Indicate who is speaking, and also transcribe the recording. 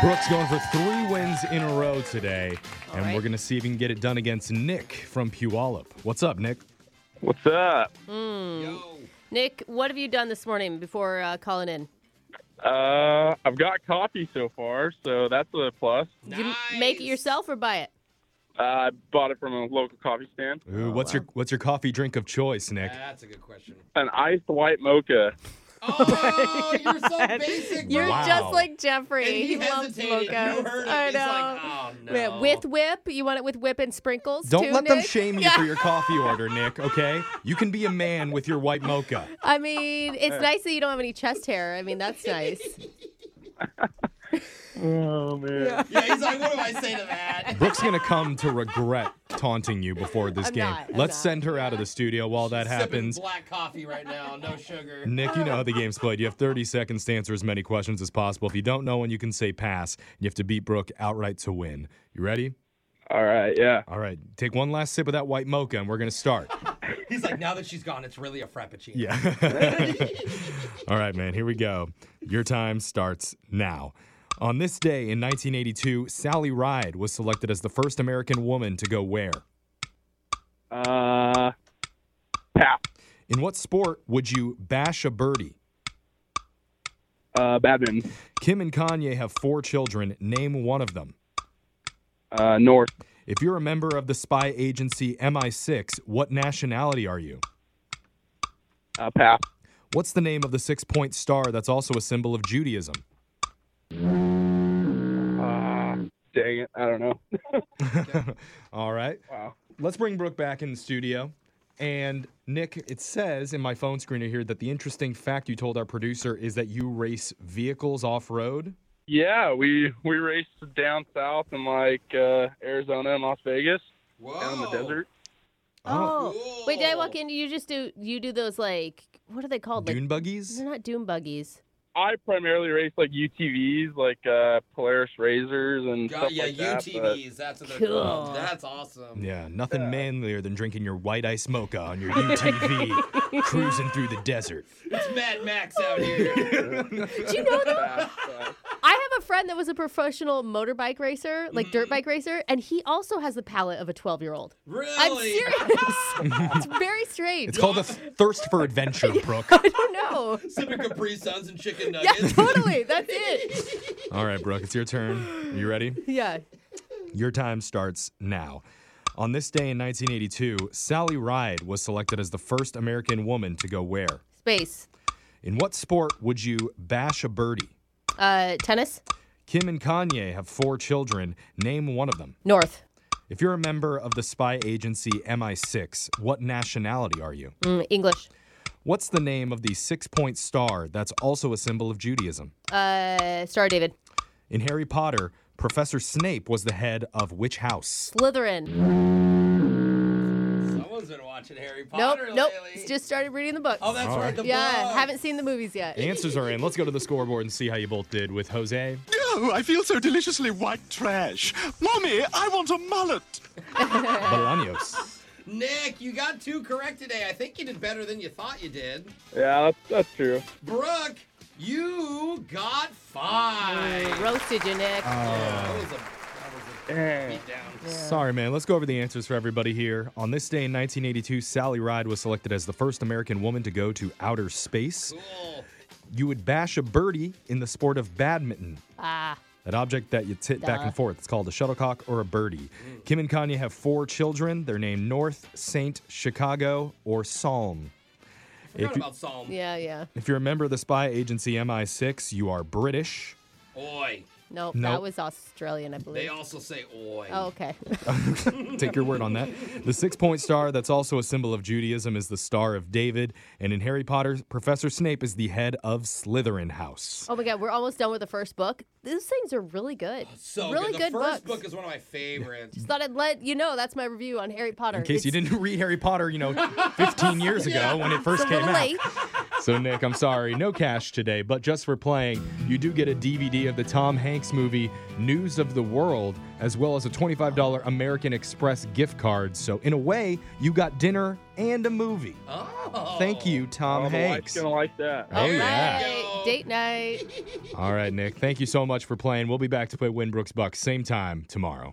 Speaker 1: Brooks going for three wins in a row today, and
Speaker 2: right.
Speaker 1: we're going to see if he can get it done against Nick from Puyallup. What's up, Nick?
Speaker 3: What's up?
Speaker 2: Hmm. Nick, what have you done this morning before uh, calling in?
Speaker 3: Uh, I've got coffee so far, so that's a plus.
Speaker 2: Did you m- make it yourself or buy it?
Speaker 3: Uh, I bought it from a local coffee stand.
Speaker 2: Oh,
Speaker 1: Ooh, what's your what's your coffee drink of choice, Nick?
Speaker 2: Uh,
Speaker 4: That's a good question.
Speaker 3: An iced white mocha.
Speaker 4: Oh, you're so basic.
Speaker 2: You're
Speaker 4: bro.
Speaker 1: Wow.
Speaker 2: just like Jeffrey.
Speaker 4: And he
Speaker 2: he loves
Speaker 4: hesitated.
Speaker 2: mocha.
Speaker 4: You heard it.
Speaker 2: I
Speaker 4: He's like,
Speaker 2: know.
Speaker 4: oh, no.
Speaker 2: Yeah, With whip, you want it with whip and sprinkles?
Speaker 1: Don't
Speaker 2: too,
Speaker 1: let them
Speaker 2: Nick?
Speaker 1: shame you for your coffee order, Nick. Okay, you can be a man with your white mocha.
Speaker 2: I mean, it's nice that you don't have any chest hair. I mean, that's nice.
Speaker 3: Oh man.
Speaker 4: Yeah, he's like, what do I say to that?
Speaker 1: Brooke's going to come to regret taunting you before this
Speaker 2: I'm
Speaker 1: game.
Speaker 2: not, I'm
Speaker 1: Let's
Speaker 2: not.
Speaker 1: send her out of the studio while that
Speaker 4: Sipping
Speaker 1: happens.
Speaker 4: black coffee right now, no sugar.
Speaker 1: Nick, you know how the game's played. You have 30 seconds to answer as many questions as possible. If you don't know one, you can say pass. You have to beat Brooke outright to win. You ready?
Speaker 3: All right, yeah.
Speaker 1: All right, take one last sip of that white mocha and we're going to start.
Speaker 4: He's like, now that she's gone, it's really a frappuccino.
Speaker 1: Yeah. All right, man, here we go. Your time starts now. On this day in 1982, Sally Ride was selected as the first American woman to go where?
Speaker 3: Uh, pass.
Speaker 1: In what sport would you bash a birdie?
Speaker 3: Uh, badminton.
Speaker 1: Kim and Kanye have four children. Name one of them.
Speaker 3: Uh, north.
Speaker 1: If you're a member of the spy agency MI6, what nationality are you?
Speaker 3: Uh, pass.
Speaker 1: What's the name of the six point star that's also a symbol of Judaism?
Speaker 3: Uh, dang it. I don't know.
Speaker 1: All right.
Speaker 3: Wow.
Speaker 1: Let's bring Brooke back in the studio. And Nick, it says in my phone screener here that the interesting fact you told our producer is that you race vehicles off road.
Speaker 3: Yeah, we we raced down south in like uh, Arizona and Las Vegas,
Speaker 4: Whoa.
Speaker 3: down in the desert.
Speaker 2: Oh, wait, did I walk
Speaker 4: Cool.
Speaker 2: in? You just do you do those like what are they called? Like
Speaker 1: Dune buggies?
Speaker 2: they're not doom buggies.
Speaker 3: I primarily race like UTVs, like uh, Polaris Razors and
Speaker 4: God,
Speaker 3: stuff
Speaker 4: yeah,
Speaker 3: like that. but-
Speaker 4: UTVs. That's what they're called.
Speaker 2: Cool.
Speaker 4: That's awesome.
Speaker 1: Yeah, nothing manlier than drinking your white ice mocha on your UTV cruising through the desert.
Speaker 4: It's Mad Max out here.
Speaker 2: Do you know that?
Speaker 3: Pass, pass.
Speaker 2: I have a friend that was a professional motorbike racer, like dirt bike racer, and he also has the palate of a 12 year old.
Speaker 4: really?
Speaker 2: I'm serious. it's very strange.
Speaker 1: It's called a thirst for adventure, Brooke.
Speaker 2: I don't know.
Speaker 4: Sipping Capri Suns and chicken
Speaker 2: Yeah,
Speaker 4: nuggets.
Speaker 2: totally. That's it.
Speaker 1: All right, Brooke, it's your turn. Are you ready?
Speaker 2: Yeah.
Speaker 1: Your time starts now. On this day in 1982, Sally Ride was selected as the first American woman to go where?
Speaker 2: Space.
Speaker 1: In what sport would you bash a birdie?
Speaker 2: Uh, tennis.
Speaker 1: Kim and Kanye have four children. Name one of them.
Speaker 2: North.
Speaker 1: If you're a member of the spy agency MI6, what nationality are you?
Speaker 2: Mm, English.
Speaker 1: What's the name of the six point star that's also a symbol of Judaism?
Speaker 2: Uh, Star David.
Speaker 1: In Harry Potter, Professor Snape was the head of which house?
Speaker 2: Slytherin.
Speaker 4: Someone's been watching Harry
Speaker 2: Nope.
Speaker 4: Potter
Speaker 2: Nope.
Speaker 4: lately.
Speaker 2: Just started reading the books.
Speaker 4: oh, that's right. The
Speaker 2: yeah.
Speaker 4: book.
Speaker 2: Haven't seen the movies yet.
Speaker 1: Answers are in. Let's go to the scoreboard and see how you both did with Jose.
Speaker 5: No, I feel so deliciously white trash. Mommy, I want a mullet.
Speaker 1: Bolaños.
Speaker 4: Nick, you got two correct today. I think you did better than you thought you did.
Speaker 3: Yeah, that's, that's true.
Speaker 4: Brooke, you got five.
Speaker 1: Mm,
Speaker 2: Roasted you, Nick.
Speaker 4: Yeah, that was a, that was a
Speaker 3: Dang.
Speaker 4: beatdown.
Speaker 1: Sorry, man. Let's go over the answers for everybody here. On this day in 1982, Sally Ride was selected as the first American woman to go to outer space.
Speaker 4: Cool.
Speaker 1: You would bash a birdie in the sport of badminton.
Speaker 2: ah.
Speaker 1: That object that you tit
Speaker 2: Duh.
Speaker 1: back
Speaker 2: Mm.
Speaker 1: and forth. It's called a shuttlecock or a birdie. Kim and Kanye have four children. They're named North, Saint, Chicago, or Psalm.
Speaker 4: Forgot
Speaker 1: If you-
Speaker 4: about Psalm.
Speaker 2: Yeah. Yeah.
Speaker 1: If you're a member of the spy agency MI6, you are British.
Speaker 4: Oi.
Speaker 2: Nope.
Speaker 1: Nope.
Speaker 2: That was Australian, I
Speaker 4: They
Speaker 2: believe.
Speaker 4: also say oi.
Speaker 2: Oh, okay.
Speaker 1: Take your word on that. The six point star that's also a symbol of Judaism is the Star of David. And in Harry Potter, Professor Snape is the head of Slytherin House.
Speaker 2: Oh my God, we're almost done with the first book. These things are really good.
Speaker 4: Oh, So
Speaker 2: really
Speaker 4: good. The
Speaker 2: good,
Speaker 4: first
Speaker 2: books.
Speaker 4: book is one of my favorites.
Speaker 2: Just thought I'd let you know that's my review on Harry Potter.
Speaker 1: In case you
Speaker 2: Oh, It's-
Speaker 1: didn't read Harry Potter, you know, 15 years ago when it first
Speaker 2: it's a
Speaker 1: came
Speaker 2: little
Speaker 1: out.
Speaker 2: late.
Speaker 1: So, Nick, I'm sorry, no cash today, but just for playing, you do get a DVD of the Tom Hanks movie News of the World, as well as a $25 American Express gift card. So, in a way, you got dinner and a movie.
Speaker 4: Oh.
Speaker 1: Thank you, Tom
Speaker 3: Oh, the wife's
Speaker 1: Hanks.
Speaker 3: gonna like that.
Speaker 1: Oh, yeah.
Speaker 2: All right. Date night.
Speaker 1: All right, Nick. Thank you so much for playing. We'll be back to play Winbrooks Bucks same time tomorrow.